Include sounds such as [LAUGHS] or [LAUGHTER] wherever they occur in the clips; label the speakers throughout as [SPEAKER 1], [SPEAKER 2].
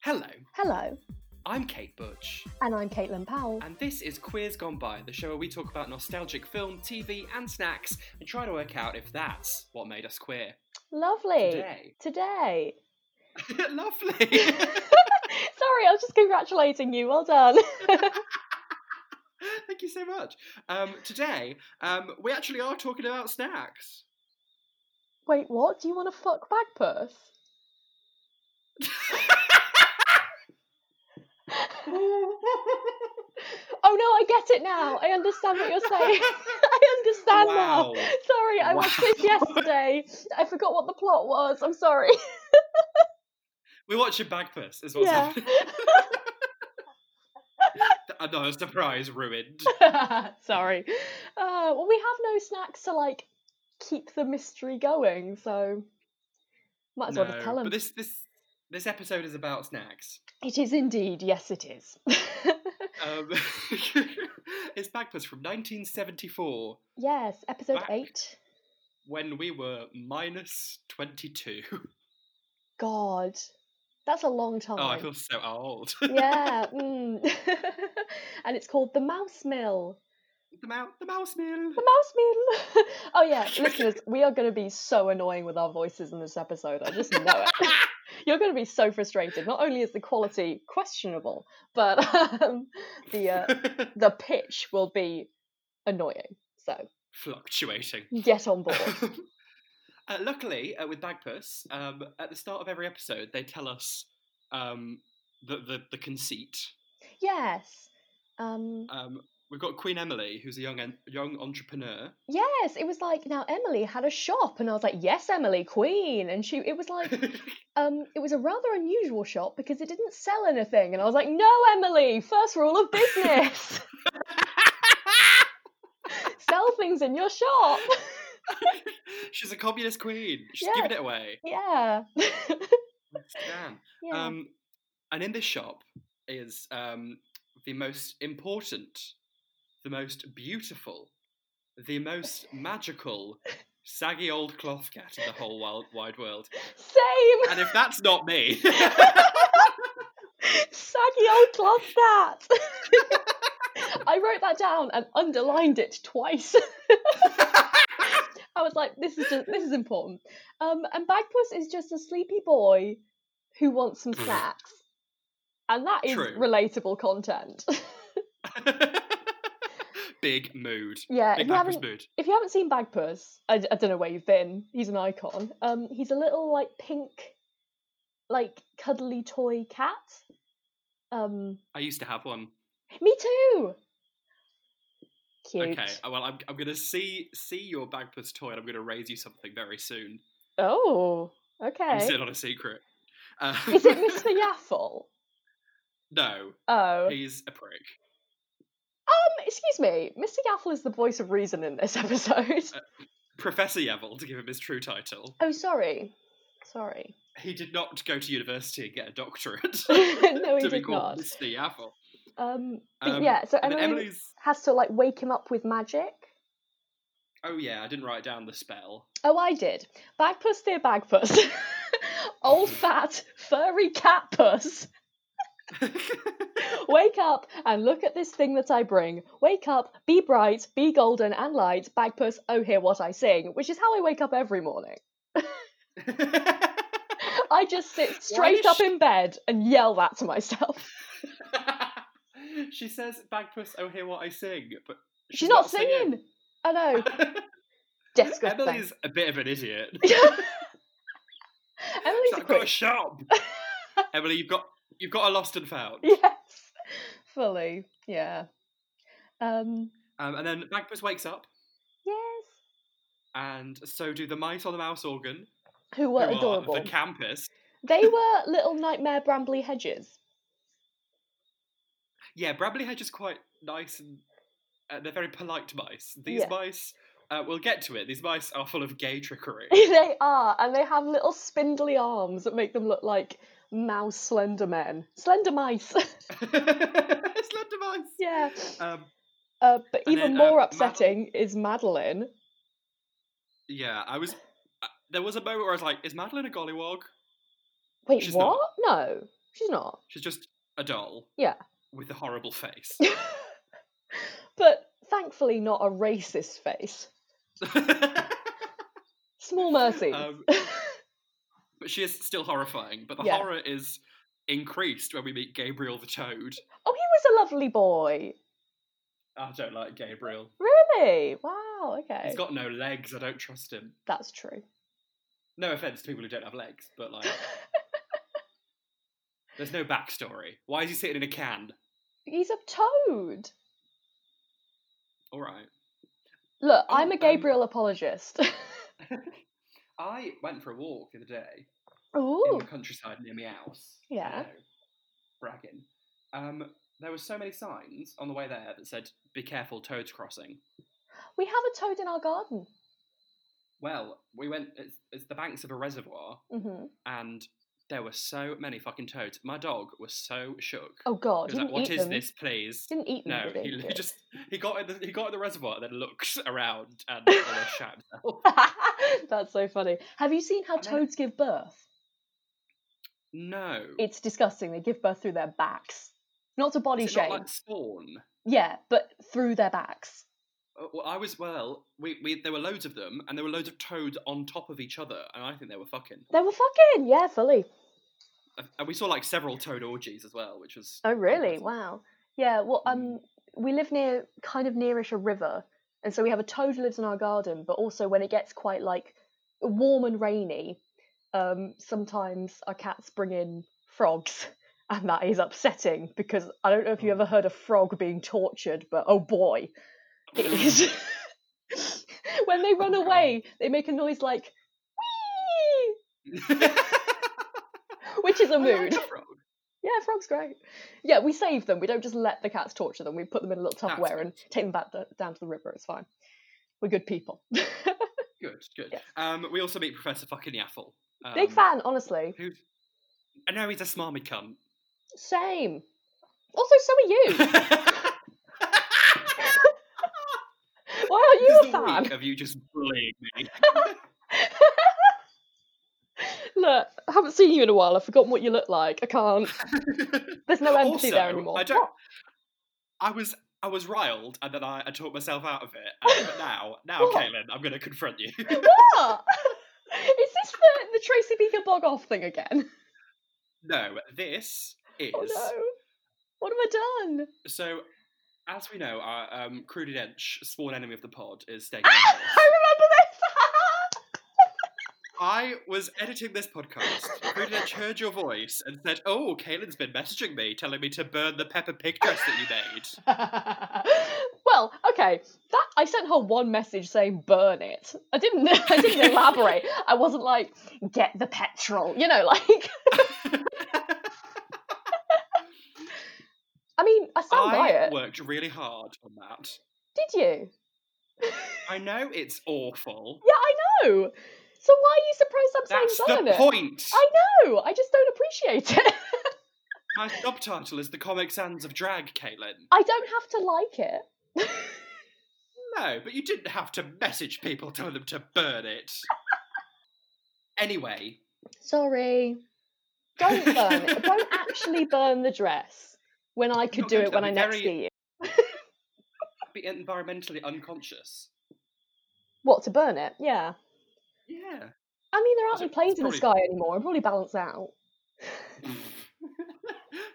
[SPEAKER 1] Hello,
[SPEAKER 2] Hello,
[SPEAKER 1] I'm Kate Butch,
[SPEAKER 2] and I'm Caitlin Powell.
[SPEAKER 1] and this is Queers Gone By, the show where we talk about nostalgic film, TV, and snacks and try to work out if that's what made us queer.
[SPEAKER 2] Lovely.
[SPEAKER 1] Today. [LAUGHS]
[SPEAKER 2] Today.
[SPEAKER 1] Lovely!
[SPEAKER 2] [LAUGHS] Sorry, I was just congratulating you. Well done. [LAUGHS]
[SPEAKER 1] Thank you so much. Um, today, um, we actually are talking about snacks.
[SPEAKER 2] Wait, what? Do you want to fuck
[SPEAKER 1] [LAUGHS]
[SPEAKER 2] Bagpuss? oh no, I get it now. I understand what you're
[SPEAKER 1] [LAUGHS]
[SPEAKER 2] saying. [LAUGHS] I understand
[SPEAKER 1] wow.
[SPEAKER 2] now. Sorry, I watched this
[SPEAKER 1] Wow.
[SPEAKER 2] yesterday. I forgot what the plot was. I'm
[SPEAKER 1] [LAUGHS]
[SPEAKER 2] sorry.
[SPEAKER 1] We're watching Bagpuss, is what's
[SPEAKER 2] Yeah.
[SPEAKER 1] happening. [LAUGHS] Another surprise ruined.
[SPEAKER 2] [LAUGHS] sorry. Uh, well, we have no snacks to like keep the mystery going, so might as well just
[SPEAKER 1] No,
[SPEAKER 2] tell them.
[SPEAKER 1] But this, this, this episode is about snacks.
[SPEAKER 2] It is indeed. Yes, it is. [LAUGHS]
[SPEAKER 1] Um, [LAUGHS] it's Bagpuss from 1974.
[SPEAKER 2] yes, episode
[SPEAKER 1] Back.
[SPEAKER 2] eight.
[SPEAKER 1] when we were minus 22.
[SPEAKER 2] God, that's a long time.
[SPEAKER 1] Oh, I feel [LAUGHS] so old.
[SPEAKER 2] yeah. Mm. [LAUGHS] and it's called the Mouse Mill.
[SPEAKER 1] the, mouse, the mouse [LAUGHS] mill.
[SPEAKER 2] The Mouse Mill. [LAUGHS] oh
[SPEAKER 1] [LAUGHS]
[SPEAKER 2] yeah, listeners, we are going to be so annoying with our voices in this episode. I just know it. You're going to be so frustrated. Not only is the quality questionable, but um, the uh, the pitch will be annoying. So
[SPEAKER 1] Fluctuating.
[SPEAKER 2] get on board.
[SPEAKER 1] [LAUGHS] uh, luckily, uh, with Bagpuss, um, at the start of every episode, they tell us um, the, the, the conceit.
[SPEAKER 2] [LAUGHS] yes. Um,
[SPEAKER 1] Um, we've got Queen Emily, who's a young, en- young entrepreneur. [LAUGHS]
[SPEAKER 2] Yes, it was like now Emily had a shop, and I was like, "Yes, Emily, Queen." And she, it was [LAUGHS] like, um, it was a rather unusual shop because it didn't sell anything, and I was like, "No, Emily, first rule of [LAUGHS] business: sell things in your shop." [LAUGHS]
[SPEAKER 1] She's a communist queen. She's
[SPEAKER 2] Yeah.
[SPEAKER 1] giving it away.
[SPEAKER 2] yeah, [LAUGHS]
[SPEAKER 1] Damn.
[SPEAKER 2] yeah.
[SPEAKER 1] Um, and in this shop is um, the most important, the most beautiful, the most magical, saggy old cloth cat in the whole wild, wide world.
[SPEAKER 2] Same
[SPEAKER 1] And if that's not me, [LAUGHS]
[SPEAKER 2] saggy old cloth cat. [LAUGHS] I wrote that down and underlined it twice. [LAUGHS] I was like, this is just, this is important. Um, and Bagpuss is just a sleepy boy who wants some snacks, and that is
[SPEAKER 1] Hmm. True.
[SPEAKER 2] relatable content. [LAUGHS]
[SPEAKER 1] big mood.
[SPEAKER 2] yeah, if
[SPEAKER 1] Big
[SPEAKER 2] Uh, you
[SPEAKER 1] Macros
[SPEAKER 2] haven't
[SPEAKER 1] mood.
[SPEAKER 2] if you haven't seen Bagpuss, I, I don't know where you've been. He's an icon. Um, he's a little like pink, like cuddly toy cat. Um,
[SPEAKER 1] I used to have one.
[SPEAKER 2] me too. Cute.
[SPEAKER 1] Okay, uh, well, I'm, I'm gonna see see your bagpuss toy, and I'm gonna raise you something very soon.
[SPEAKER 2] Oh,
[SPEAKER 1] I'm
[SPEAKER 2] okay.
[SPEAKER 1] sitting on a secret. Um,
[SPEAKER 2] [LAUGHS] Is
[SPEAKER 1] [LAUGHS]
[SPEAKER 2] it Mr. Yaffle?
[SPEAKER 1] no,
[SPEAKER 2] Oh.
[SPEAKER 1] he's a prick.
[SPEAKER 2] Um, excuse me, Mr. Gaffel is the voice of reason in this [LAUGHS] episode.
[SPEAKER 1] Uh, Professor Yevel, to give him his true title.
[SPEAKER 2] oh, sorry.
[SPEAKER 1] [LAUGHS]
[SPEAKER 2] Sorry. [LAUGHS]
[SPEAKER 1] He did not go to university and get a doctorate. [LAUGHS]
[SPEAKER 2] no, he
[SPEAKER 1] to be
[SPEAKER 2] did
[SPEAKER 1] called
[SPEAKER 2] not.
[SPEAKER 1] Mr. Yevel.
[SPEAKER 2] Um, but
[SPEAKER 1] Um,
[SPEAKER 2] yeah, so
[SPEAKER 1] And then
[SPEAKER 2] Emily
[SPEAKER 1] Emily's.
[SPEAKER 2] has to like wake him up with magic.
[SPEAKER 1] Oh, yeah, I didn't write down the spell. [LAUGHS]
[SPEAKER 2] Oh, I did. Bagpuss, dear bagpuss. [LAUGHS] Old fat furry cat puss. Wake up and look at this thing that I bring. Wake up, be bright, be golden and light. Bagpuss, oh, hear what I sing, which is how I wake up every morning. I just sit straight
[SPEAKER 1] does
[SPEAKER 2] up
[SPEAKER 1] she-
[SPEAKER 2] in bed and yell that to myself.
[SPEAKER 1] she says, Bagpuss, oh, hear what I sing. But
[SPEAKER 2] She's, not, singing.
[SPEAKER 1] [LAUGHS]
[SPEAKER 2] I know. Disgusting.
[SPEAKER 1] Emily's a bit of an idiot.
[SPEAKER 2] [LAUGHS] Emily's
[SPEAKER 1] She's
[SPEAKER 2] a
[SPEAKER 1] like, I've got a
[SPEAKER 2] quick.
[SPEAKER 1] shop.
[SPEAKER 2] [LAUGHS]
[SPEAKER 1] Emily, you've got you've got a lost and found.
[SPEAKER 2] Yes. Fully. Yeah. Um.
[SPEAKER 1] Um, and then Bagpuss wakes up,
[SPEAKER 2] Yes.
[SPEAKER 1] and so do the mice on the mouse organ.
[SPEAKER 2] Who were
[SPEAKER 1] who are
[SPEAKER 2] adorable.
[SPEAKER 1] the campus.
[SPEAKER 2] they were little nightmare brambly hedges.
[SPEAKER 1] Yeah, Bramley Hedge is quite nice and uh, they're very polite mice. These
[SPEAKER 2] Yeah.
[SPEAKER 1] mice, uh, we'll get to it, these mice are full of gay trickery.
[SPEAKER 2] [LAUGHS]
[SPEAKER 1] [LAUGHS]
[SPEAKER 2] they are, and they have little spindly arms that make them look like mouse slender men, slender mice. [LAUGHS]
[SPEAKER 1] Slender mice!
[SPEAKER 2] yeah.
[SPEAKER 1] Um,
[SPEAKER 2] Uh, but
[SPEAKER 1] And
[SPEAKER 2] even
[SPEAKER 1] then, uh,
[SPEAKER 2] more
[SPEAKER 1] Mad-
[SPEAKER 2] upsetting is Madeline.
[SPEAKER 1] yeah, I was. Uh, there was a moment where I was like, is Madeline a gollywog?
[SPEAKER 2] Wait,
[SPEAKER 1] She's
[SPEAKER 2] what?
[SPEAKER 1] not.
[SPEAKER 2] No. She's not. [LAUGHS]
[SPEAKER 1] She's just a doll.
[SPEAKER 2] Yeah.
[SPEAKER 1] With a horrible face.
[SPEAKER 2] [LAUGHS]
[SPEAKER 1] [LAUGHS]
[SPEAKER 2] but thankfully, not a racist face. Small mercy.
[SPEAKER 1] Um, but she is still horrifying. But the
[SPEAKER 2] Yeah.
[SPEAKER 1] horror is increased when we meet Gabriel the Toad.
[SPEAKER 2] oh, he was a lovely boy.
[SPEAKER 1] I don't like Gabriel.
[SPEAKER 2] Really? Wow. Okay.
[SPEAKER 1] He's got no legs. I don't trust him.
[SPEAKER 2] That's true.
[SPEAKER 1] No offense to people who don't have legs, but like, there's no backstory. Why is he sitting in a can?
[SPEAKER 2] [LAUGHS] He's a toad.
[SPEAKER 1] All right.
[SPEAKER 2] Look,
[SPEAKER 1] Oh,
[SPEAKER 2] I'm a
[SPEAKER 1] um,
[SPEAKER 2] Gabriel apologist. [LAUGHS]
[SPEAKER 1] I went for a walk the other day in
[SPEAKER 2] Ooh.
[SPEAKER 1] the countryside near my house.
[SPEAKER 2] Yeah.
[SPEAKER 1] You know, bragging. Um, there were so many signs on the way there that said, "Be careful, toads crossing."
[SPEAKER 2] We have a toad in our garden.
[SPEAKER 1] Well, we went. It's, it's the banks of a reservoir,
[SPEAKER 2] hmm
[SPEAKER 1] and there were so many fucking toads. My dog was so shook.
[SPEAKER 2] Oh God!
[SPEAKER 1] he was like,
[SPEAKER 2] didn't
[SPEAKER 1] "What
[SPEAKER 2] eat
[SPEAKER 1] is
[SPEAKER 2] them.
[SPEAKER 1] this, please?"
[SPEAKER 2] Didn't eat them.
[SPEAKER 1] No, [LAUGHS]
[SPEAKER 2] did
[SPEAKER 1] he, he
[SPEAKER 2] Good.
[SPEAKER 1] just he got in the he got in the reservoir and then looked around and almost shat himself.
[SPEAKER 2] [LAUGHS] That's so funny. Have you seen how
[SPEAKER 1] And then-
[SPEAKER 2] toads give birth?
[SPEAKER 1] No,
[SPEAKER 2] It's disgusting. They give birth through their backs, not to body
[SPEAKER 1] Is it not
[SPEAKER 2] shame.
[SPEAKER 1] like spawn.
[SPEAKER 2] Yeah, but through their backs.
[SPEAKER 1] Uh, Well, I was well. We, we there were loads of them, and there were loads of toads on top of each other, and I think they were fucking. uh,
[SPEAKER 2] They were fucking yeah, fully.
[SPEAKER 1] And- And we saw like several toad orgies as well, which was [LAUGHS]
[SPEAKER 2] Oh really?
[SPEAKER 1] unpleasant.
[SPEAKER 2] Wow. Yeah. Well, um,
[SPEAKER 1] Mm.
[SPEAKER 2] we live near kind of nearish a river, and so we have a toad lives in our garden. But also when it gets quite like warm and rainy, um, sometimes our cats bring in frogs. [LAUGHS] And that is upsetting because I don't know if you
[SPEAKER 1] Oh.
[SPEAKER 2] ever heard a frog being tortured, but oh boy, it [LAUGHS]
[SPEAKER 1] [LAUGHS]
[SPEAKER 2] is. when they run
[SPEAKER 1] Oh, God.
[SPEAKER 2] away, they make a noise like "wee," which is a
[SPEAKER 1] I like
[SPEAKER 2] mood.
[SPEAKER 1] a frog.
[SPEAKER 2] Yeah, frog's great. Yeah, we save them. We don't just let the cats torture them. We put them in a little
[SPEAKER 1] That's
[SPEAKER 2] Tupperware and take them back d- down to the river. It's fine. We're good people.
[SPEAKER 1] Good, good.
[SPEAKER 2] Yes.
[SPEAKER 1] Um, we also meet Professor fucking Yaffle. Um,
[SPEAKER 2] Big fan, honestly.
[SPEAKER 1] Who's? I know he's a smarmy cunt. [LAUGHS]
[SPEAKER 2] Same. Also, so are you. Why aren't you
[SPEAKER 1] This
[SPEAKER 2] a
[SPEAKER 1] is the
[SPEAKER 2] fan?
[SPEAKER 1] week of you just bullying me.
[SPEAKER 2] [LAUGHS] Look, I haven't seen you in a while. I've forgotten what you look like. I can't.
[SPEAKER 1] [LAUGHS]
[SPEAKER 2] There's no empathy
[SPEAKER 1] also,
[SPEAKER 2] there anymore.
[SPEAKER 1] I don't.
[SPEAKER 2] What?
[SPEAKER 1] I was I was riled, and then I, I talked myself out of it. And, but
[SPEAKER 2] [LAUGHS]
[SPEAKER 1] now, now,
[SPEAKER 2] What?
[SPEAKER 1] Caitlin, I'm going to confront you. [LAUGHS]
[SPEAKER 2] What? [LAUGHS] Is this the, the Tracy Beaker bog off thing again? [LAUGHS]
[SPEAKER 1] no, this is
[SPEAKER 2] Oh no. What have I done? [LAUGHS]
[SPEAKER 1] so. As we know, our um, Crudy Dench, sworn enemy of the pod,
[SPEAKER 2] [LAUGHS]
[SPEAKER 1] is staying. in the
[SPEAKER 2] I
[SPEAKER 1] house.
[SPEAKER 2] [LAUGHS] remember
[SPEAKER 1] I was editing this podcast. Crudy Dench heard your voice and said, "Oh, Caitlin's been messaging me, telling me to burn the Pepper Pig dress that you
[SPEAKER 2] [LAUGHS]
[SPEAKER 1] made."
[SPEAKER 2] this. well, okay. That I sent her one message saying burn it. I didn't I
[SPEAKER 1] [LAUGHS]
[SPEAKER 2] didn't elaborate. I wasn't like get the petrol, you know, like [LAUGHS] I mean, I stand by
[SPEAKER 1] I
[SPEAKER 2] it.
[SPEAKER 1] worked really hard on that.
[SPEAKER 2] Did you?
[SPEAKER 1] I know it's awful.
[SPEAKER 2] Yeah, I know. So why are you surprised I'm
[SPEAKER 1] That's
[SPEAKER 2] saying burn
[SPEAKER 1] the
[SPEAKER 2] it?
[SPEAKER 1] point.
[SPEAKER 2] I know. I just don't appreciate it. [LAUGHS]
[SPEAKER 1] My subtitle is the Comic Sans of Drag, Caitlin.
[SPEAKER 2] I don't have to like it. [LAUGHS]
[SPEAKER 1] No, but you didn't have to message people telling them to burn it. Anyway,
[SPEAKER 2] Sorry. Don't burn it. Don't actually burn the dress when I could
[SPEAKER 1] Not
[SPEAKER 2] do
[SPEAKER 1] going
[SPEAKER 2] it
[SPEAKER 1] to,
[SPEAKER 2] when I
[SPEAKER 1] that'd be
[SPEAKER 2] next
[SPEAKER 1] very-
[SPEAKER 2] see you.
[SPEAKER 1] be environmentally unconscious.
[SPEAKER 2] What to burn it? Yeah.
[SPEAKER 1] Yeah. [LAUGHS]
[SPEAKER 2] I mean, there aren't
[SPEAKER 1] So
[SPEAKER 2] any planes
[SPEAKER 1] it's
[SPEAKER 2] in the sky
[SPEAKER 1] probably-
[SPEAKER 2] anymore. It'll probably balance out.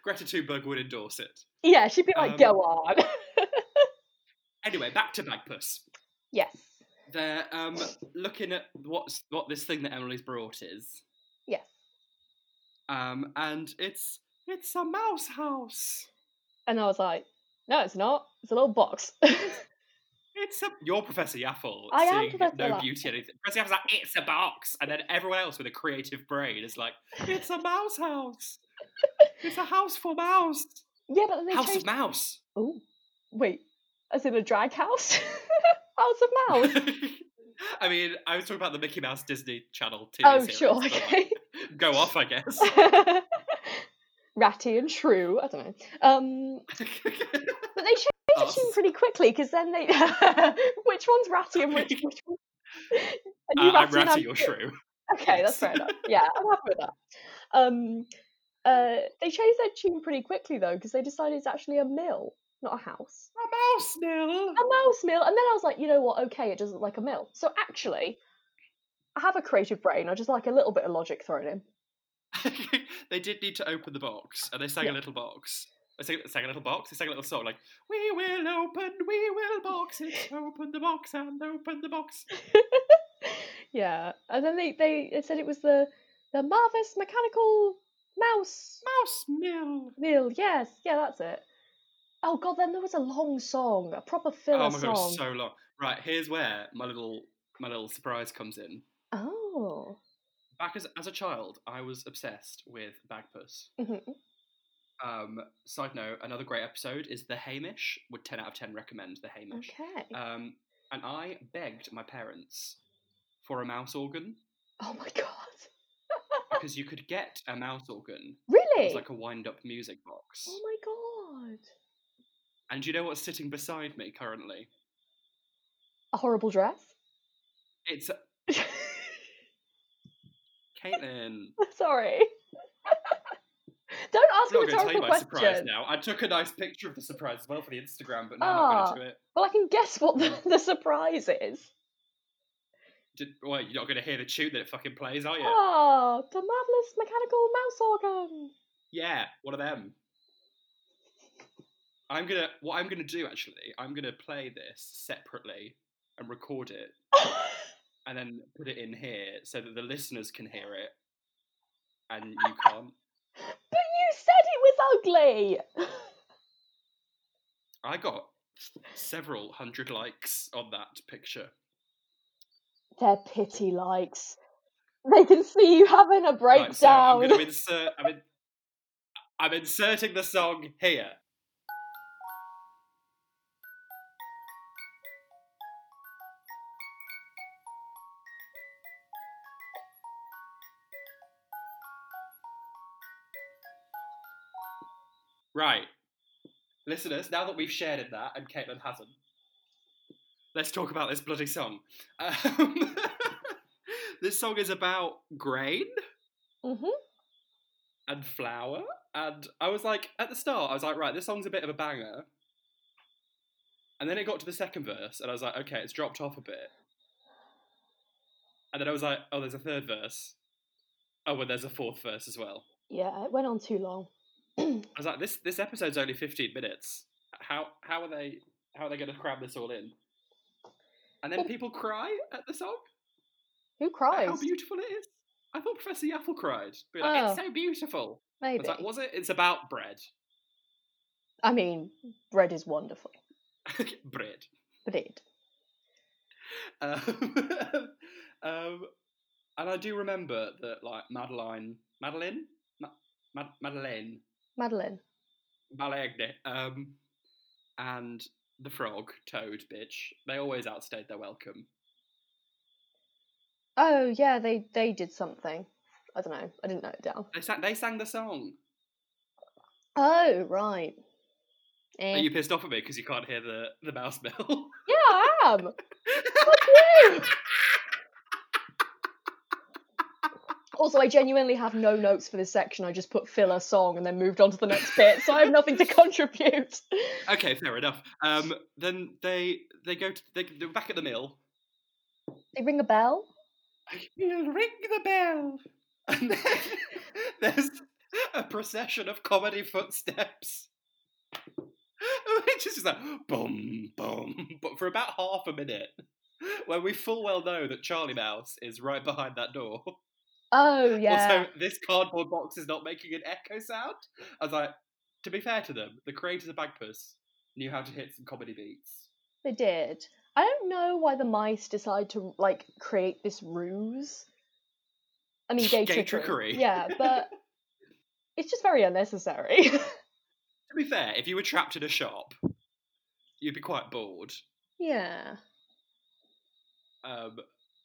[SPEAKER 1] Greta Thunberg would endorse it.
[SPEAKER 2] Yeah, she'd be like,
[SPEAKER 1] Um,
[SPEAKER 2] "Go on." [LAUGHS]
[SPEAKER 1] Anyway, back to Bagpuss.
[SPEAKER 2] yes,
[SPEAKER 1] They're um, looking at what's what this thing that Emily's brought is,
[SPEAKER 2] yes.
[SPEAKER 1] um, and it's it's a mouse house.
[SPEAKER 2] And I was like, "No, it's not. It's a little box." [LAUGHS]
[SPEAKER 1] It's a you're Professor Yaffle.
[SPEAKER 2] I am
[SPEAKER 1] seeing
[SPEAKER 2] Professor
[SPEAKER 1] no
[SPEAKER 2] Yaffle.
[SPEAKER 1] beauty in anything. Professor Yaffle's like, it's a box, and then everyone else with a creative brain is like, it's a mouse house. It's a house for mouse.
[SPEAKER 2] yeah, but then [LAUGHS] they
[SPEAKER 1] house
[SPEAKER 2] changed.
[SPEAKER 1] of mouse.
[SPEAKER 2] Oh, wait, as in a drag house? [LAUGHS] house
[SPEAKER 1] [LAUGHS]
[SPEAKER 2] of mouse.
[SPEAKER 1] I mean, I was talking about the Mickey Mouse Disney Channel TV
[SPEAKER 2] oh,
[SPEAKER 1] series,
[SPEAKER 2] sure.
[SPEAKER 1] but, like,
[SPEAKER 2] Okay.
[SPEAKER 1] go off, I
[SPEAKER 2] [LAUGHS]
[SPEAKER 1] guess. [LAUGHS]
[SPEAKER 2] Ratty and Shrew. I don't know. Um, but they changed the
[SPEAKER 1] Us.
[SPEAKER 2] tune pretty quickly because then they. [LAUGHS] which one's Ratty and which? which one... Are
[SPEAKER 1] Uh, I'm
[SPEAKER 2] and
[SPEAKER 1] ratty, you're
[SPEAKER 2] Shrew?
[SPEAKER 1] shrew.
[SPEAKER 2] Okay, that's fair enough. Yeah, I'm happy with that. Um, Uh, they changed their tune pretty quickly though, because they decided it's actually a mill, not a house.
[SPEAKER 1] A mouse mill.
[SPEAKER 2] A mouse mill. And then I was like, you know what? Okay, it doesn't look like a mill. So actually, I have a creative brain. I just like a little bit of logic thrown in.
[SPEAKER 1] [LAUGHS] they did need to open the box, and they sang
[SPEAKER 2] Yeah.
[SPEAKER 1] a little box. They sang, sang a little box. They sang a little song like, "We will open, we will box it. Open the box and open the box."
[SPEAKER 2] Yeah. And then they they it said it was the the Marvis mechanical mouse
[SPEAKER 1] Mouse mill.
[SPEAKER 2] mill. Yes, yeah, that's it. Oh god, then there was a long song, a proper filler
[SPEAKER 1] Oh my god, it
[SPEAKER 2] song.
[SPEAKER 1] was so long. Right, here's where my little my little surprise comes in.
[SPEAKER 2] Oh.
[SPEAKER 1] Back as as a child, I was obsessed with Bagpuss.
[SPEAKER 2] Mhm.
[SPEAKER 1] Um, side note, another great episode is The Hamish. Would ten out of ten recommend The Hamish?
[SPEAKER 2] Okay.
[SPEAKER 1] Um, and I begged my parents for a mouse organ
[SPEAKER 2] Oh my [LAUGHS] god.
[SPEAKER 1] because you could get a mouse organ. It
[SPEAKER 2] Really?
[SPEAKER 1] was like a wind up music box.
[SPEAKER 2] Oh my god.
[SPEAKER 1] And do you know what's sitting beside me currently?
[SPEAKER 2] A horrible dress?
[SPEAKER 1] It's Caitlin.
[SPEAKER 2] [LAUGHS] Sorry. [LAUGHS] Don't ask
[SPEAKER 1] I'm not
[SPEAKER 2] a
[SPEAKER 1] going to tell you
[SPEAKER 2] rhetorical
[SPEAKER 1] my surprise
[SPEAKER 2] question.
[SPEAKER 1] now. I took a nice picture of the surprise as well for the Instagram, but no, I'm
[SPEAKER 2] Ah!
[SPEAKER 1] not going to do it.
[SPEAKER 2] Well, I can guess what the,
[SPEAKER 1] Mm.
[SPEAKER 2] [LAUGHS] the surprise is.
[SPEAKER 1] Did, well, you're not going to hear the tune that it fucking plays, are you?
[SPEAKER 2] Oh, the marvelous mechanical mouse organ. [LAUGHS]
[SPEAKER 1] Yeah, one of them. I'm gonna. What I'm gonna do actually, I'm gonna play this separately and record it, and then put it in here so that the listeners can hear it, and you can't.
[SPEAKER 2] but you said it was ugly.
[SPEAKER 1] I got several hundred likes on that picture.
[SPEAKER 2] They're pity likes. They can see you having a breakdown.
[SPEAKER 1] Right, so I'm
[SPEAKER 2] [LAUGHS]
[SPEAKER 1] going to insert. I'm, in, I'm inserting the song here. Right. Listeners, now that we've shared in that and Caitlin hasn't, let's talk about this bloody song. [LAUGHS] Um, [LAUGHS] this song is about grain
[SPEAKER 2] Mhm.
[SPEAKER 1] and flour. And I was like, at the start, I was like, right, this song's a bit of a banger. And then it got to the second verse, and I was like, okay, it's dropped off a bit. And then I was like, oh, there's a third verse. Oh, well, there's a fourth verse as well.
[SPEAKER 2] Yeah, it went on too long. [CLEARS THROAT]
[SPEAKER 1] I was like, this this episode's only 15 minutes. How how are they how are they going to cram this all in? And then
[SPEAKER 2] Well-
[SPEAKER 1] people cry at the song.
[SPEAKER 2] Who
[SPEAKER 1] at
[SPEAKER 2] cries?
[SPEAKER 1] How beautiful it is! I thought Professor Yaffle cried. Be like,
[SPEAKER 2] Oh.
[SPEAKER 1] It's so beautiful. I
[SPEAKER 2] Maybe.
[SPEAKER 1] was like, was it? It's about bread. [LAUGHS]
[SPEAKER 2] I mean, bread is wonderful,
[SPEAKER 1] bread.
[SPEAKER 2] but it.
[SPEAKER 1] Um, [LAUGHS] um, and I do remember that, like Madeline, Madeline, Ma- Ma- Madeleine,
[SPEAKER 2] Madeline.
[SPEAKER 1] Malegne, um, and the frog, Toad, bitch. They always outstayed their welcome.
[SPEAKER 2] Oh yeah, they they did something. I don't know. I didn't note it down.
[SPEAKER 1] They sang. They sang the song.
[SPEAKER 2] Oh right. Eh.
[SPEAKER 1] Are you pissed off at me because you can't hear the the mouse [LAUGHS] bell?
[SPEAKER 2] Yeah, I am. Fuck you. Also, I genuinely have no notes for this section. I just put filler song and then moved on to the next bit, so I have nothing to [LAUGHS] contribute.
[SPEAKER 1] okay, fair enough. Um, then they they go to they, they're back at the mill.
[SPEAKER 2] They ring a bell.
[SPEAKER 1] We'll ring the bell. And then [LAUGHS] there's a procession of comedy footsteps. Which is just like boom, boom, but for about half a minute, when we full well know that Charlie Mouse is right behind that door.
[SPEAKER 2] Oh
[SPEAKER 1] Also,
[SPEAKER 2] yeah.
[SPEAKER 1] this cardboard box is not making an echo sound. I was like, to be fair to them, the creators of Bagpuss knew how to hit some comedy beats.
[SPEAKER 2] They did. I don't know why the mice decide to like create this ruse. I mean,
[SPEAKER 1] [LAUGHS]
[SPEAKER 2] gay,
[SPEAKER 1] Gay trickery.
[SPEAKER 2] Yeah,
[SPEAKER 1] [LAUGHS]
[SPEAKER 2] but it's just very unnecessary. [LAUGHS]
[SPEAKER 1] To be fair, if you were trapped in a shop, you'd be quite bored.
[SPEAKER 2] yeah.
[SPEAKER 1] Um,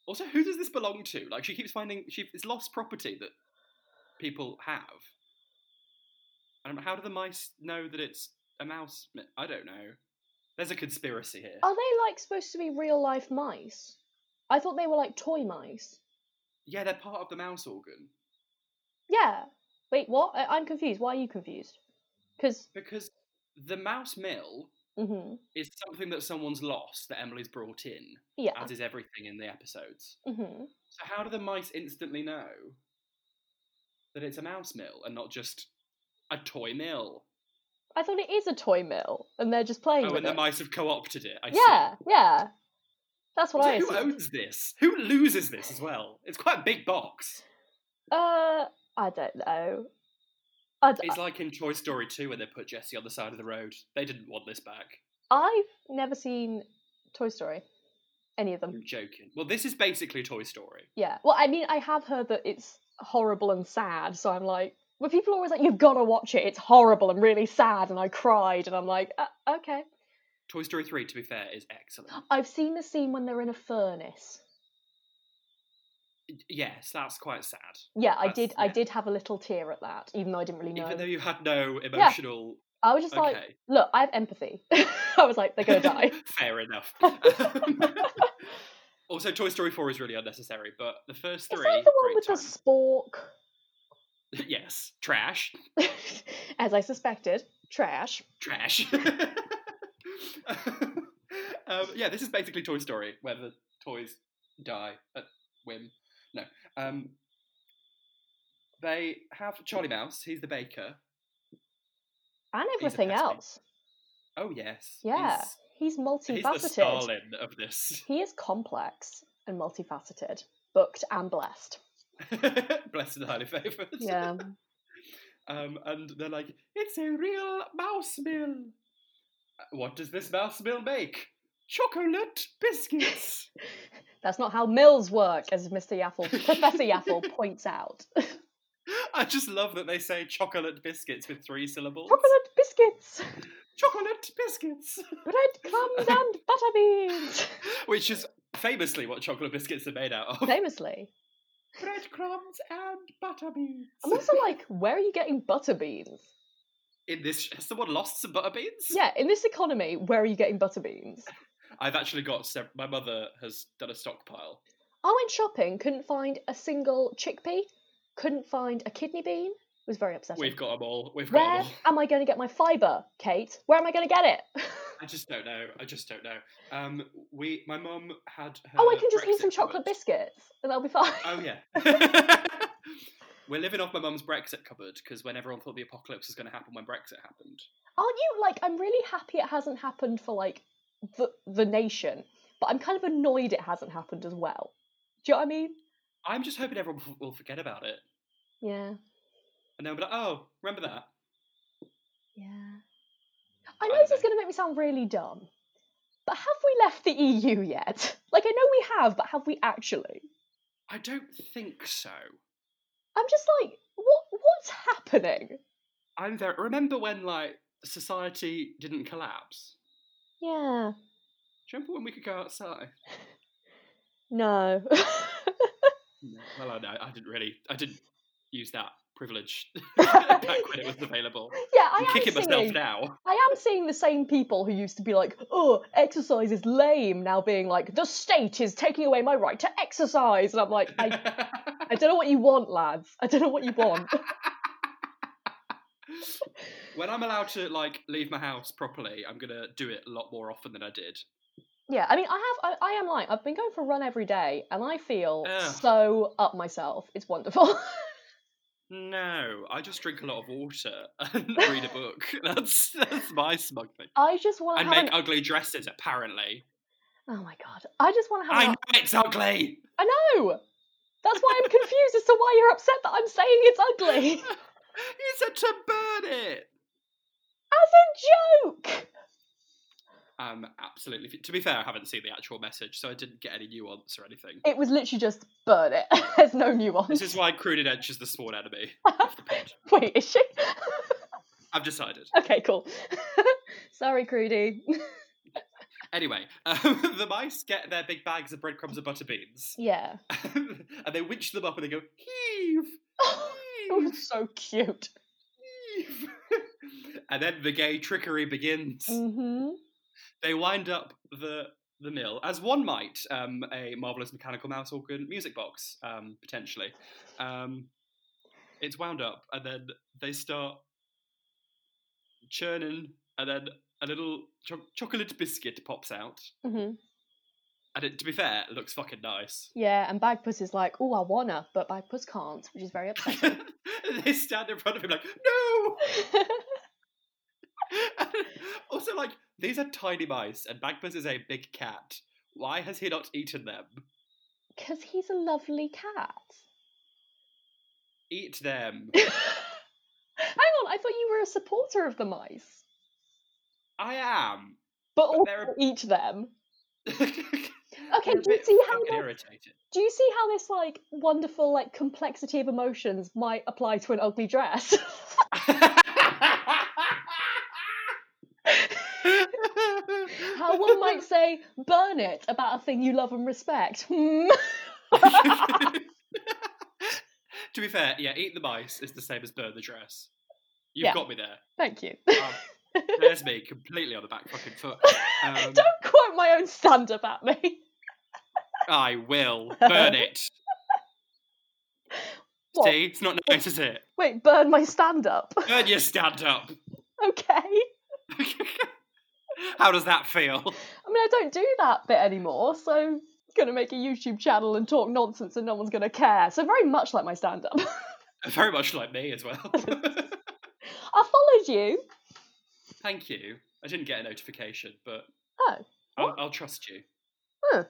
[SPEAKER 1] also, who does this belong to? Like, she keeps finding she it's lost property that people have. And how do the mice know that it's a mouse? mi- I don't know. There's a conspiracy here.
[SPEAKER 2] Are they like supposed to be real life mice? I thought they were like toy mice.
[SPEAKER 1] Yeah, they're part of the mouse organ.
[SPEAKER 2] Yeah. Wait, what? I- I'm confused. Why are you confused? Because
[SPEAKER 1] Because the mouse mill
[SPEAKER 2] hmm
[SPEAKER 1] is something that someone's lost that Emily's brought in,
[SPEAKER 2] yeah,
[SPEAKER 1] as is everything in the episodes.
[SPEAKER 2] hmm
[SPEAKER 1] So how do the mice instantly know that it's a mouse mill and not just a toy mill?
[SPEAKER 2] I thought it is a toy mill, and they're just playing
[SPEAKER 1] Oh,
[SPEAKER 2] with
[SPEAKER 1] and the
[SPEAKER 2] it.
[SPEAKER 1] mice have co-opted it. I see.
[SPEAKER 2] yeah, yeah. That's what
[SPEAKER 1] So
[SPEAKER 2] I
[SPEAKER 1] who
[SPEAKER 2] assumed.
[SPEAKER 1] owns this? Who loses this as well? It's quite a big box.
[SPEAKER 2] Uh, I don't know. I d- uh
[SPEAKER 1] It's like in Toy Story 2 when they put Jesse on the side of the road. They didn't want this back.
[SPEAKER 2] I've never seen Toy Story, any of them.
[SPEAKER 1] I'm joking. Well, this is basically Toy Story.
[SPEAKER 2] Yeah. Well, I mean, I have heard that it's horrible and sad, so I'm like, but people are always like, you've got to watch it. It's horrible and really sad, and I cried, and I'm like, uh, okay.
[SPEAKER 1] Toy Story 3, to be fair, is
[SPEAKER 2] [GASPS]
[SPEAKER 1] excellent.
[SPEAKER 2] I've seen the scene when they're in a furnace.
[SPEAKER 1] Yes, that's quite sad.
[SPEAKER 2] Yeah, I
[SPEAKER 1] That's-
[SPEAKER 2] did. I
[SPEAKER 1] yeah.
[SPEAKER 2] did have a little tear at that, even though I didn't really know.
[SPEAKER 1] Even though you had no emotional.
[SPEAKER 2] I was just like,
[SPEAKER 1] okay.
[SPEAKER 2] look, I have empathy. [LAUGHS] I was like,
[SPEAKER 1] [LAUGHS]
[SPEAKER 2] they're gonna die.
[SPEAKER 1] Fair
[SPEAKER 2] [LAUGHS]
[SPEAKER 1] enough. Um, [LAUGHS] also, Toy Story 4 is really unnecessary, but the first
[SPEAKER 2] Is
[SPEAKER 1] three.
[SPEAKER 2] that the one
[SPEAKER 1] great
[SPEAKER 2] with
[SPEAKER 1] time.
[SPEAKER 2] the
[SPEAKER 1] [LAUGHS] yes, trash.
[SPEAKER 2] spork? [LAUGHS] As I suspected, trash.
[SPEAKER 1] Trash. [LAUGHS] um, yeah, this is basically Toy Story, where the toys die at whim. No. Um, they have Charlie Mouse, he's the baker.
[SPEAKER 2] and
[SPEAKER 1] a
[SPEAKER 2] everything
[SPEAKER 1] pesky.
[SPEAKER 2] else.
[SPEAKER 1] Oh, yes.
[SPEAKER 2] Yeah,
[SPEAKER 1] he's-
[SPEAKER 2] he's,
[SPEAKER 1] He's the
[SPEAKER 2] multifaceted.
[SPEAKER 1] Stalin of this. [LAUGHS]
[SPEAKER 2] he is complex and multifaceted, booked and blessed.
[SPEAKER 1] Blessed and highly favoured.
[SPEAKER 2] Yeah,
[SPEAKER 1] Um, and they're like, it's a real mouse mill. Uh, What does this mouse mill make? Chocolate biscuits.
[SPEAKER 2] [LAUGHS] that's not how mills work, as Mr. Yaffle,
[SPEAKER 1] [LAUGHS]
[SPEAKER 2] Professor Yaffle points out.
[SPEAKER 1] I just love that they say chocolate biscuits with three syllables.
[SPEAKER 2] Chocolate biscuits,
[SPEAKER 1] Chocolate biscuits. [LAUGHS]
[SPEAKER 2] bread crumbs, and butter beans.
[SPEAKER 1] Which is famously what chocolate biscuits are made out
[SPEAKER 2] [LAUGHS]
[SPEAKER 1] of.
[SPEAKER 2] Famously,
[SPEAKER 1] Breadcrumbs and butter
[SPEAKER 2] I'm
[SPEAKER 1] beans.
[SPEAKER 2] also like, where are you getting butter beans?
[SPEAKER 1] In this, has someone lost some butter beans?
[SPEAKER 2] Yeah, in this economy, where are you getting butter beans?
[SPEAKER 1] I've actually got. Sev- my mother has done a stockpile.
[SPEAKER 2] I went shopping, couldn't find a single chickpea, couldn't find a kidney bean. It was very upsetting.
[SPEAKER 1] We've got them all. We've got
[SPEAKER 2] Where
[SPEAKER 1] them all.
[SPEAKER 2] am I going to get my fibre, Kate? Where am I going to get it? [LAUGHS]
[SPEAKER 1] I just don't know. I just don't know. Um, we, my mum had. Her
[SPEAKER 2] oh, I can just eat
[SPEAKER 1] Brexit
[SPEAKER 2] some chocolate
[SPEAKER 1] cupboard.
[SPEAKER 2] biscuits and that'll be fine. [LAUGHS]
[SPEAKER 1] Oh yeah. [LAUGHS] We're living off my mum's Brexit cupboard because when everyone thought the apocalypse was going to happen when Brexit happened,
[SPEAKER 2] Aren't you like? I'm really happy it hasn't happened for like the the nation, but I'm kind of annoyed it hasn't happened as well. Do you know what I mean?
[SPEAKER 1] I'm just hoping everyone [LAUGHS] f- will forget about it
[SPEAKER 2] Yeah,
[SPEAKER 1] and they'll be like, "Oh, remember that."
[SPEAKER 2] yeah. I
[SPEAKER 1] I
[SPEAKER 2] know
[SPEAKER 1] don't
[SPEAKER 2] this is
[SPEAKER 1] know.
[SPEAKER 2] going to make me sound really dumb, but have we left the EU yet? [LAUGHS] Like, I know we have, but have we actually?
[SPEAKER 1] I don't think so.
[SPEAKER 2] I'm just like, what what's happening?
[SPEAKER 1] I'm very. Remember when like society didn't collapse?
[SPEAKER 2] Yeah.
[SPEAKER 1] Do you remember when we could go outside?
[SPEAKER 2] No. [LAUGHS]
[SPEAKER 1] No. Well, I know I didn't really. I didn't use that
[SPEAKER 2] [LAUGHS]
[SPEAKER 1] privilege [LAUGHS] [LAUGHS] back when it was available.
[SPEAKER 2] yeah, I
[SPEAKER 1] I'm
[SPEAKER 2] am
[SPEAKER 1] kicking
[SPEAKER 2] singing.
[SPEAKER 1] myself now.
[SPEAKER 2] I am seeing the same people who used to be like, oh, exercise is lame, now being like, the state is taking away my right to exercise. And I'm like, I, I don't know what you want, lads. I don't know what you want.
[SPEAKER 1] [LAUGHS] when I'm allowed to like leave my house properly, I'm gonna do it a lot more often than I did.
[SPEAKER 2] yeah, I mean, I have, I, I am like, I've been going for a run every day and I feel
[SPEAKER 1] Ugh.
[SPEAKER 2] so up myself. It's wonderful. [LAUGHS]
[SPEAKER 1] No, I just drink a lot of water [LAUGHS] and read a book. [LAUGHS] That's that's my smug thing.
[SPEAKER 2] I just want to
[SPEAKER 1] And
[SPEAKER 2] have.
[SPEAKER 1] make
[SPEAKER 2] An,
[SPEAKER 1] ugly dresses, apparently.
[SPEAKER 2] oh my God. I just want to
[SPEAKER 1] I
[SPEAKER 2] have.
[SPEAKER 1] know
[SPEAKER 2] an-
[SPEAKER 1] it's ugly.
[SPEAKER 2] I know! That's why I'm confused as to why you're upset that I'm saying it's ugly. [LAUGHS]
[SPEAKER 1] you said to burn it.
[SPEAKER 2] As a joke!
[SPEAKER 1] Um, absolutely. f- To be fair, I haven't seen the actual message, so I didn't get any nuance or [LAUGHS] anything.
[SPEAKER 2] It was literally just burn it. [LAUGHS] There's no nuance.
[SPEAKER 1] This is why Crude Edge is the sworn [LAUGHS] enemy of the pod.
[SPEAKER 2] Wait, is she?
[SPEAKER 1] I've decided.
[SPEAKER 2] okay, cool. [LAUGHS] Sorry, Crudy. [LAUGHS]
[SPEAKER 1] Anyway, um, [LAUGHS] the mice get their big bags of breadcrumbs and butter beans, [LAUGHS]
[SPEAKER 2] [LAUGHS] Yeah.
[SPEAKER 1] and they winch them up and they go heave,
[SPEAKER 2] it
[SPEAKER 1] [LAUGHS]
[SPEAKER 2] was so cute.
[SPEAKER 1] heave, heave, [LAUGHS] and then the gay trickery begins.
[SPEAKER 2] hmm
[SPEAKER 1] They wind up the the mill as one might um, a marvelous mechanical mouse organ music box um, potentially. Um, It's wound up, and then they start churning, and then a little cho- chocolate biscuit pops out.
[SPEAKER 2] hmm
[SPEAKER 1] And it, to be fair, it looks fucking nice. [LAUGHS]
[SPEAKER 2] Yeah, and Bagpuss is like, oh, I wanna, but Bagpuss can't, which is very [LAUGHS] upsetting.
[SPEAKER 1] And they stand in front of him like, no! [LAUGHS] also, like, these are tiny mice, and Bagpuss is a big cat. Why has he not eaten them?
[SPEAKER 2] Because he's a lovely cat. [LAUGHS]
[SPEAKER 1] Eat them.
[SPEAKER 2] Hang on, I thought you were a supporter of the mice,
[SPEAKER 1] I am.
[SPEAKER 2] but also
[SPEAKER 1] they're
[SPEAKER 2] eat them.
[SPEAKER 1] [LAUGHS]
[SPEAKER 2] Okay,
[SPEAKER 1] okay,
[SPEAKER 2] do you see how
[SPEAKER 1] fucking
[SPEAKER 2] that-
[SPEAKER 1] irritated? [LAUGHS]
[SPEAKER 2] Do you see how this like wonderful like complexity of emotions might apply to an ugly dress? [LAUGHS] how one [LAUGHS] might say, "Burn it" about a thing you love and respect. [LAUGHS] Hmm.
[SPEAKER 1] [LAUGHS] to be fair, yeah, eat the mice is the same as burn the dress. You've
[SPEAKER 2] Yeah.
[SPEAKER 1] got me there.
[SPEAKER 2] Thank you.
[SPEAKER 1] Um, there's me completely on the back fucking foot. Um,
[SPEAKER 2] [LAUGHS] Don't quote my own stand-up at me.
[SPEAKER 1] I will
[SPEAKER 2] [LAUGHS]
[SPEAKER 1] burn it.
[SPEAKER 2] What?
[SPEAKER 1] See, it's not nice, is
[SPEAKER 2] [LAUGHS]
[SPEAKER 1] it?
[SPEAKER 2] [LAUGHS] Wait, burn my stand-up.
[SPEAKER 1] Burn your stand up.
[SPEAKER 2] [LAUGHS] okay. I
[SPEAKER 1] How does that feel?
[SPEAKER 2] mean, I don't do that bit anymore, so I'm gonna make a YouTube channel and talk nonsense, and no one's gonna care. So very much like my stand-up.
[SPEAKER 1] Very much like me as well.
[SPEAKER 2] [LAUGHS] I followed you.
[SPEAKER 1] Thank you. I didn't get a notification, but
[SPEAKER 2] Oh,
[SPEAKER 1] I'll,
[SPEAKER 2] what?
[SPEAKER 1] I'll trust you.
[SPEAKER 2] Huh.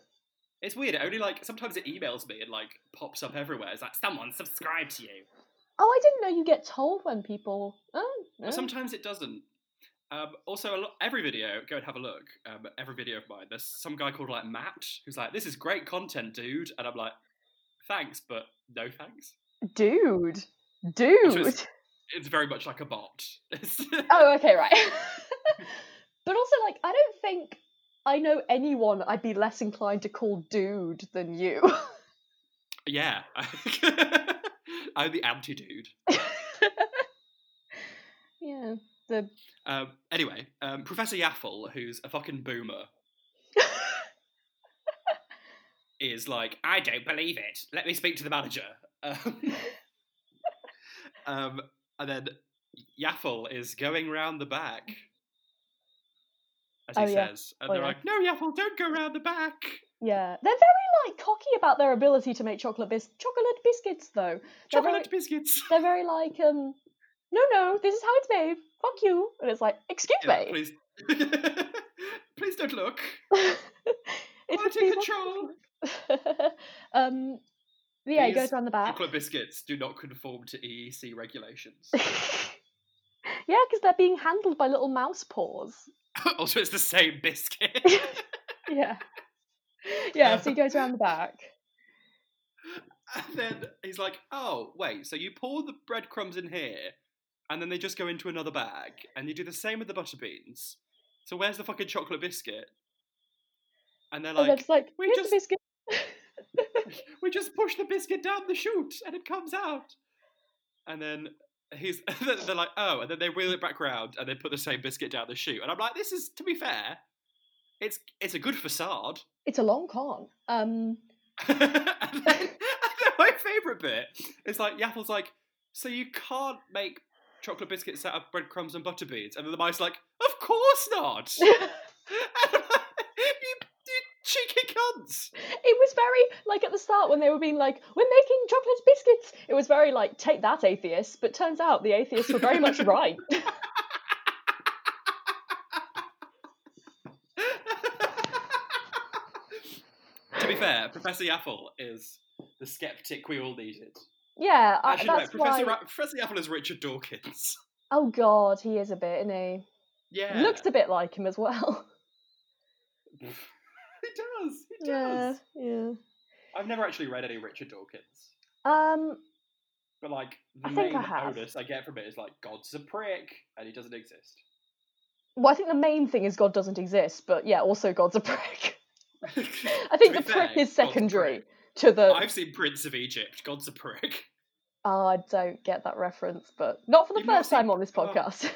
[SPEAKER 1] It's weird. It only like sometimes it emails me and like pops up everywhere. It's like someone subscribe to you.
[SPEAKER 2] Oh, I didn't know you get told when people. Oh,
[SPEAKER 1] But
[SPEAKER 2] oh.
[SPEAKER 1] sometimes it doesn't. Um, also, a lo- every video, go and have a look. Um, every video of mine, there's some guy called like Matt who's like, "This is great content, dude," and I'm like, "Thanks, but no thanks."
[SPEAKER 2] dude,
[SPEAKER 1] was-
[SPEAKER 2] dude. [LAUGHS]
[SPEAKER 1] It's very much like a bot. [LAUGHS] It's-
[SPEAKER 2] Oh, okay, right. [LAUGHS] but also, like, I don't think I know anyone I'd be less inclined to call dude than you. [LAUGHS]
[SPEAKER 1] yeah, [LAUGHS] I'm the anti dude.
[SPEAKER 2] yeah. The
[SPEAKER 1] Um, anyway, um, Professor Yaffle, who's a fucking boomer, is like, I don't believe it. Let me speak to the manager. [LAUGHS] Um, um, and then Yaffle is going round the back, as he
[SPEAKER 2] Oh, yeah.
[SPEAKER 1] says. And
[SPEAKER 2] Oh,
[SPEAKER 1] they're
[SPEAKER 2] yeah.
[SPEAKER 1] like, No, Yaffle, don't go round the back.
[SPEAKER 2] yeah, they're very like cocky about their ability to make chocolate bis chocolate biscuits though. They're very,
[SPEAKER 1] Chocolate
[SPEAKER 2] [LAUGHS]
[SPEAKER 1] biscuits.
[SPEAKER 2] they're very like um, no, no, this is how it's made. Fuck you, and it's like, excuse
[SPEAKER 1] Yeah,
[SPEAKER 2] me.
[SPEAKER 1] please. [LAUGHS] please don't look.
[SPEAKER 2] [LAUGHS] It's
[SPEAKER 1] I'm
[SPEAKER 2] just these
[SPEAKER 1] in control.
[SPEAKER 2] ones- [LAUGHS] um, yeah, he
[SPEAKER 1] These
[SPEAKER 2] goes around the back.
[SPEAKER 1] Chocolate biscuits do not conform to EEC regulations. [LAUGHS]
[SPEAKER 2] yeah, [LAUGHS] because they're being handled by little mouse paws.
[SPEAKER 1] also, it's the same biscuit.
[SPEAKER 2] Yeah. Yeah, so he goes around
[SPEAKER 1] [LAUGHS]
[SPEAKER 2] the back.
[SPEAKER 1] And then he's like, oh, wait, so you pour the breadcrumbs in here, and then they just go into another bag, and you do the same with the butter beans. So where's the fucking chocolate biscuit? And they're
[SPEAKER 2] and they're
[SPEAKER 1] like,
[SPEAKER 2] just like,
[SPEAKER 1] we
[SPEAKER 2] here's
[SPEAKER 1] just-
[SPEAKER 2] the biscuit. [LAUGHS]
[SPEAKER 1] we just push the biscuit down the chute, and it comes out. And then he's, [LAUGHS] they're like, oh, and then they wheel it back round, and they put the same biscuit down the chute. And I'm like, this is, to be fair, it's it's a good facade.
[SPEAKER 2] It's a long con. Um,
[SPEAKER 1] [LAUGHS] and then, and then my favourite bit is like Yaffle's like, so you can't make chocolate biscuits out of breadcrumbs and butter beans, and then the mice like, of course not. [LAUGHS] And
[SPEAKER 2] it
[SPEAKER 1] I'm like, you, you cheeky cunts. [LAUGHS]
[SPEAKER 2] was very, like, at the start when they were being like, we're making chocolate biscuits, it was very like, take that, atheists. But turns out the atheists were
[SPEAKER 1] [LAUGHS]
[SPEAKER 2] very much right.
[SPEAKER 1] to be fair, Professor Yaffle is the skeptic we all needed.
[SPEAKER 2] Yeah, I,
[SPEAKER 1] Actually, no,
[SPEAKER 2] Uh, that's why.
[SPEAKER 1] Professor, Ra- Professor Yaffle is Richard Dawkins.
[SPEAKER 2] Oh, God, he is a bit, isn't he?
[SPEAKER 1] Yeah,
[SPEAKER 2] Looks a bit like him as well.
[SPEAKER 1] [LAUGHS] he does. He does.
[SPEAKER 2] yeah, yeah.
[SPEAKER 1] I've never actually read any Richard Dawkins.
[SPEAKER 2] Um,
[SPEAKER 1] But like the
[SPEAKER 2] I
[SPEAKER 1] main
[SPEAKER 2] think I have.
[SPEAKER 1] bonus I get from it is like God's a prick and he doesn't exist.
[SPEAKER 2] well, I think the main thing is God doesn't exist, but yeah, also God's a prick. [LAUGHS] [LAUGHS] I think
[SPEAKER 1] To be
[SPEAKER 2] the
[SPEAKER 1] fair,
[SPEAKER 2] prick is
[SPEAKER 1] God's a
[SPEAKER 2] secondary
[SPEAKER 1] prick.
[SPEAKER 2] to the.
[SPEAKER 1] I've seen Prince of Egypt. God's a prick. [LAUGHS]
[SPEAKER 2] Oh, I don't get that reference, but not for the
[SPEAKER 1] You've not
[SPEAKER 2] first time
[SPEAKER 1] seen-
[SPEAKER 2] on this
[SPEAKER 1] oh.
[SPEAKER 2] podcast.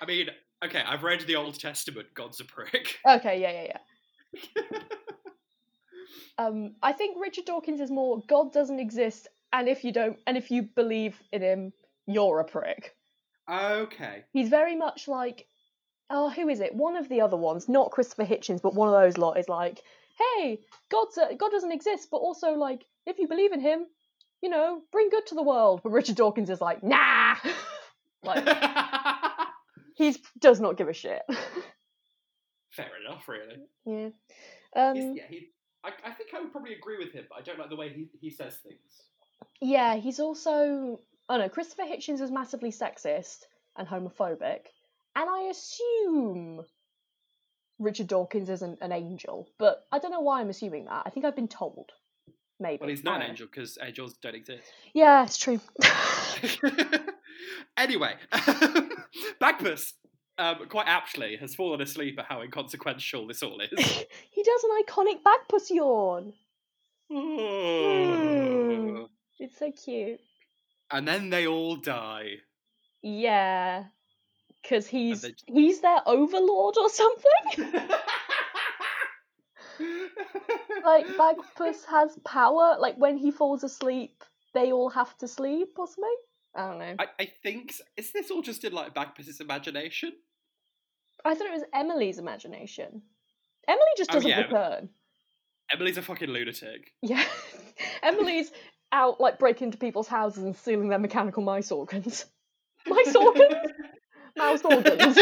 [SPEAKER 1] I mean, okay, I've read the Old Testament. God's a prick.
[SPEAKER 2] okay, yeah, yeah, yeah. um, I think Richard Dawkins is more God doesn't exist and if you don't, and if you believe in him, you're a prick.
[SPEAKER 1] [LAUGHS] Okay.
[SPEAKER 2] He's very much like, oh, who is it? One of the other ones, not Christopher Hitchens, but one of those lot is like, hey, God's a, God doesn't exist, but also like, if you believe in him, you know, bring good to the world. But Richard Dawkins is like, nah, [LAUGHS] like he does not give a shit. [LAUGHS]
[SPEAKER 1] Fair enough, really.
[SPEAKER 2] yeah.
[SPEAKER 1] He's-
[SPEAKER 2] Um,
[SPEAKER 1] yeah, he, I, I think I would probably agree with him, but I don't like the way he, he says things.
[SPEAKER 2] yeah, he's also. Oh no, Christopher Hitchens was massively sexist and homophobic, and I assume Richard Dawkins isn't an angel, but I don't know why I'm assuming that. I think I've been told. Maybe.
[SPEAKER 1] Well, he's
[SPEAKER 2] I
[SPEAKER 1] not an
[SPEAKER 2] don't know.
[SPEAKER 1] angel because angels don't exist.
[SPEAKER 2] Yeah, it's true. [LAUGHS]
[SPEAKER 1] [LAUGHS] anyway, Bagpus, um, quite aptly, has fallen asleep at how inconsequential this all
[SPEAKER 2] [LAUGHS]
[SPEAKER 1] is.
[SPEAKER 2] he does an iconic bagpuss yawn.
[SPEAKER 1] Oh.
[SPEAKER 2] It's so cute.
[SPEAKER 1] and then they all die.
[SPEAKER 2] Yeah. Cause he's
[SPEAKER 1] they-
[SPEAKER 2] he's their overlord or something. Like Bagpuss has power. Like when he falls asleep, they all have to sleep or something. I don't know.
[SPEAKER 1] I, I think s- is this all just in like Bagpus's imagination?
[SPEAKER 2] I thought it was Emily's imagination. Emily just
[SPEAKER 1] Oh,
[SPEAKER 2] doesn't
[SPEAKER 1] yeah.
[SPEAKER 2] return. [LAUGHS]
[SPEAKER 1] Emily's a fucking lunatic. [LAUGHS]
[SPEAKER 2] Yeah. Emily's out like breaking into people's houses and stealing their mechanical
[SPEAKER 1] [LAUGHS]
[SPEAKER 2] mice organs. Mice organs? Mouse organs.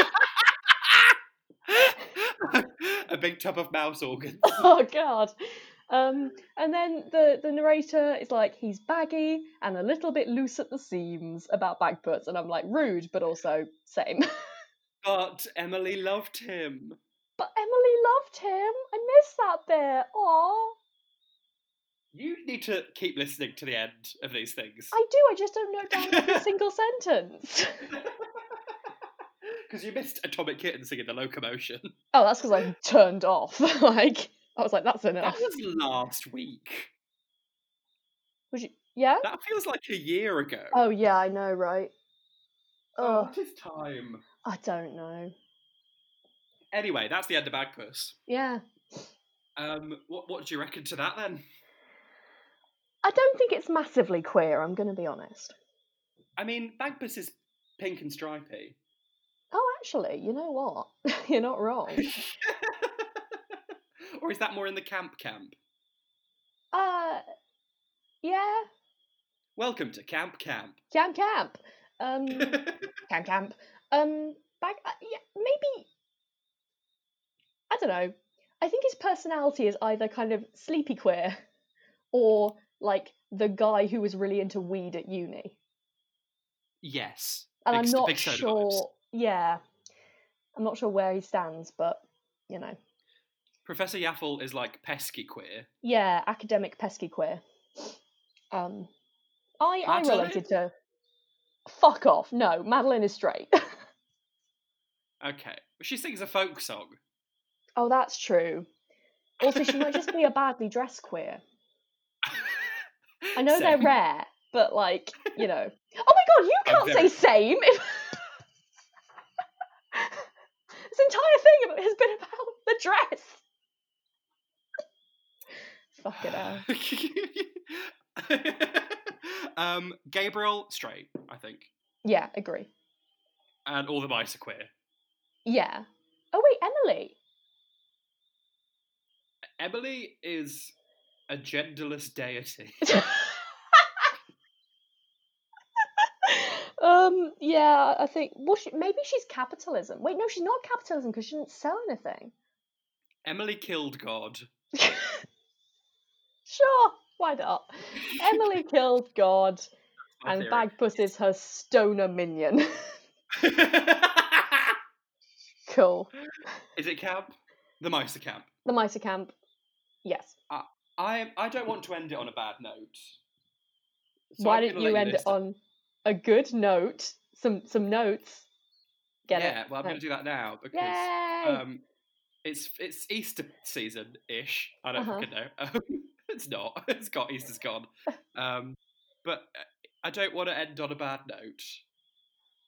[SPEAKER 2] [LAUGHS]
[SPEAKER 1] a big tub of mouse organs.
[SPEAKER 2] oh god um and then the the narrator is like he's baggy and a little bit loose at the seams about bagputs and i'm like rude but also same
[SPEAKER 1] But Emily loved him.
[SPEAKER 2] but emily loved him i miss that bit oh
[SPEAKER 1] You need to keep listening to the end of these things.
[SPEAKER 2] i do i just don't know down [LAUGHS] every single sentence
[SPEAKER 1] [LAUGHS] Because you missed Atomic Kitten singing the locomotion.
[SPEAKER 2] oh that's because i turned off [LAUGHS] like i was like
[SPEAKER 1] [LAUGHS]
[SPEAKER 2] that's
[SPEAKER 1] That
[SPEAKER 2] enough
[SPEAKER 1] was last week.
[SPEAKER 2] Would you... yeah
[SPEAKER 1] That feels like a year ago.
[SPEAKER 2] oh yeah i know right
[SPEAKER 1] Oh,
[SPEAKER 2] oh
[SPEAKER 1] What is time?
[SPEAKER 2] i don't know
[SPEAKER 1] Anyway, that's the end of Bagpuss.
[SPEAKER 2] yeah
[SPEAKER 1] Um, what what do you reckon to that then?
[SPEAKER 2] i don't think it's massively queer i'm gonna be honest
[SPEAKER 1] I mean, Bagpuss is pink and stripy.
[SPEAKER 2] Oh, actually, you know what? [LAUGHS] You're not [LAUGHS] wrong.
[SPEAKER 1] or is that more in the camp camp?
[SPEAKER 2] Uh, yeah,
[SPEAKER 1] Welcome to camp camp. [LAUGHS]
[SPEAKER 2] camp, camp, um, camp, camp, um, back. Uh, yeah, maybe. I don't know. I think his personality is either kind of sleepy queer, or like the guy who was really into weed at uni.
[SPEAKER 1] yes.
[SPEAKER 2] And
[SPEAKER 1] Big
[SPEAKER 2] I'm
[SPEAKER 1] s-
[SPEAKER 2] not
[SPEAKER 1] big soda vibes.
[SPEAKER 2] sure. Yeah, I'm not sure where he stands, but you know,
[SPEAKER 1] Professor Yaffle is like pesky queer.
[SPEAKER 2] yeah, academic pesky queer. Um, I I
[SPEAKER 1] Madeline?
[SPEAKER 2] related to. Fuck off! No, Madeline is straight. [LAUGHS]
[SPEAKER 1] Okay. Well, she sings a folk song.
[SPEAKER 2] oh, that's true. Also, she
[SPEAKER 1] [LAUGHS]
[SPEAKER 2] might just be a badly dressed queer. I know
[SPEAKER 1] Same.
[SPEAKER 2] they're rare, but like you know. Oh my god, you
[SPEAKER 1] I'm
[SPEAKER 2] can't
[SPEAKER 1] very-
[SPEAKER 2] say same. [LAUGHS] this entire thing about- has been about the dress. Fuck it
[SPEAKER 1] [SIGHS]
[SPEAKER 2] out.
[SPEAKER 1] [LAUGHS] um, Gabriel straight, I think,
[SPEAKER 2] Yeah, agree.
[SPEAKER 1] and all the mice are queer.
[SPEAKER 2] Yeah. Oh wait, Emily. [LAUGHS]
[SPEAKER 1] Emily is a genderless deity. [LAUGHS]
[SPEAKER 2] um yeah i think well she, maybe she's capitalism wait no she's not capitalism because she didn't sell anything
[SPEAKER 1] Emily killed God.
[SPEAKER 2] sure why not
[SPEAKER 1] [LAUGHS]
[SPEAKER 2] emily killed god
[SPEAKER 1] My
[SPEAKER 2] and
[SPEAKER 1] theory.
[SPEAKER 2] bagpuss is her stoner minion [LAUGHS] cool
[SPEAKER 1] [LAUGHS] is it camp? The mice are camp.
[SPEAKER 2] the miser camp yes
[SPEAKER 1] I I don't want to end it on a bad note. So
[SPEAKER 2] why
[SPEAKER 1] I'm
[SPEAKER 2] didn't
[SPEAKER 1] gonna
[SPEAKER 2] you
[SPEAKER 1] let
[SPEAKER 2] end it
[SPEAKER 1] list the-
[SPEAKER 2] on a good note some some notes get
[SPEAKER 1] yeah,
[SPEAKER 2] it
[SPEAKER 1] well, I'm
[SPEAKER 2] No.
[SPEAKER 1] going to do that now because
[SPEAKER 2] Yay!
[SPEAKER 1] um, it's it's Easter season ish. I don't
[SPEAKER 2] Uh-huh.
[SPEAKER 1] fucking know. [LAUGHS] Um, it's not. [LAUGHS] It's got Easter's gone. Um, but uh, I don't want to end on a bad note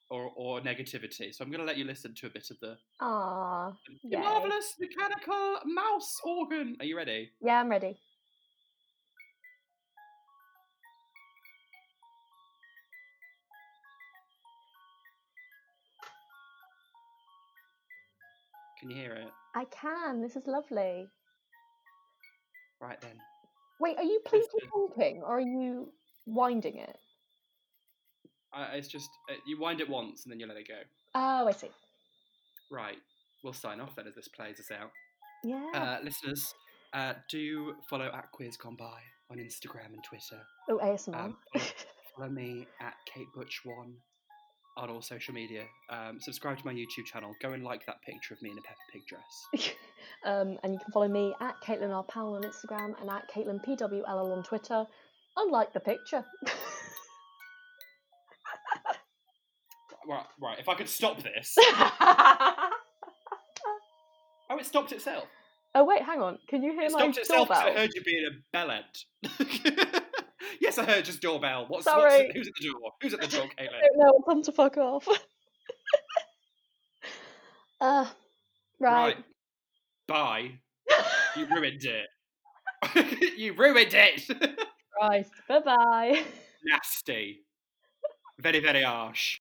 [SPEAKER 1] or or negativity. So I'm going to let you listen to a bit of the,
[SPEAKER 2] ah
[SPEAKER 1] the marvelous mechanical mouse organ. Are you ready?
[SPEAKER 2] yeah i'm ready
[SPEAKER 1] Can you hear it?
[SPEAKER 2] I can. This is lovely.
[SPEAKER 1] Right then.
[SPEAKER 2] Wait, are you
[SPEAKER 1] This
[SPEAKER 2] pleated
[SPEAKER 1] is-
[SPEAKER 2] honking or are you winding it?
[SPEAKER 1] I, it's just uh, you wind it once and then you let it go.
[SPEAKER 2] Oh, I see.
[SPEAKER 1] Right. We'll sign off then as this plays us out.
[SPEAKER 2] Yeah.
[SPEAKER 1] Uh, listeners, uh, do follow at QueersConby on Instagram and Twitter.
[SPEAKER 2] oh, ASMR.
[SPEAKER 1] Um, follow, follow me at Kate Butch One on all social media. Um, subscribe to my YouTube channel. Go and like that picture of me in a Peppa Pig dress.
[SPEAKER 2] [LAUGHS] um, and you can follow me at Caitlin R. Powell on Instagram and at Caitlin PWLL on Twitter. Unlike
[SPEAKER 1] [LAUGHS]
[SPEAKER 2] the picture.
[SPEAKER 1] Right, right. If I could stop
[SPEAKER 2] [LAUGHS]
[SPEAKER 1] this.
[SPEAKER 2] oh,
[SPEAKER 1] oh, it stopped itself.
[SPEAKER 2] wait, hang on. Can you hear
[SPEAKER 1] It
[SPEAKER 2] my
[SPEAKER 1] stopped itself because I
[SPEAKER 2] doorbell?
[SPEAKER 1] heard you being a bellend. [LAUGHS] yes, I heard just doorbell. What's, what's
[SPEAKER 2] Sorry.
[SPEAKER 1] who's at the door? Who's at the
[SPEAKER 2] [LAUGHS]
[SPEAKER 1] door, Caitlin?
[SPEAKER 2] I don't know. I'll Time to fuck off. [LAUGHS] uh, right.
[SPEAKER 1] Bye.
[SPEAKER 2] [LAUGHS]
[SPEAKER 1] You ruined it. [LAUGHS] you ruined it. [LAUGHS]
[SPEAKER 2] Christ. Bye bye. [LAUGHS]
[SPEAKER 1] Nasty. Very, very harsh.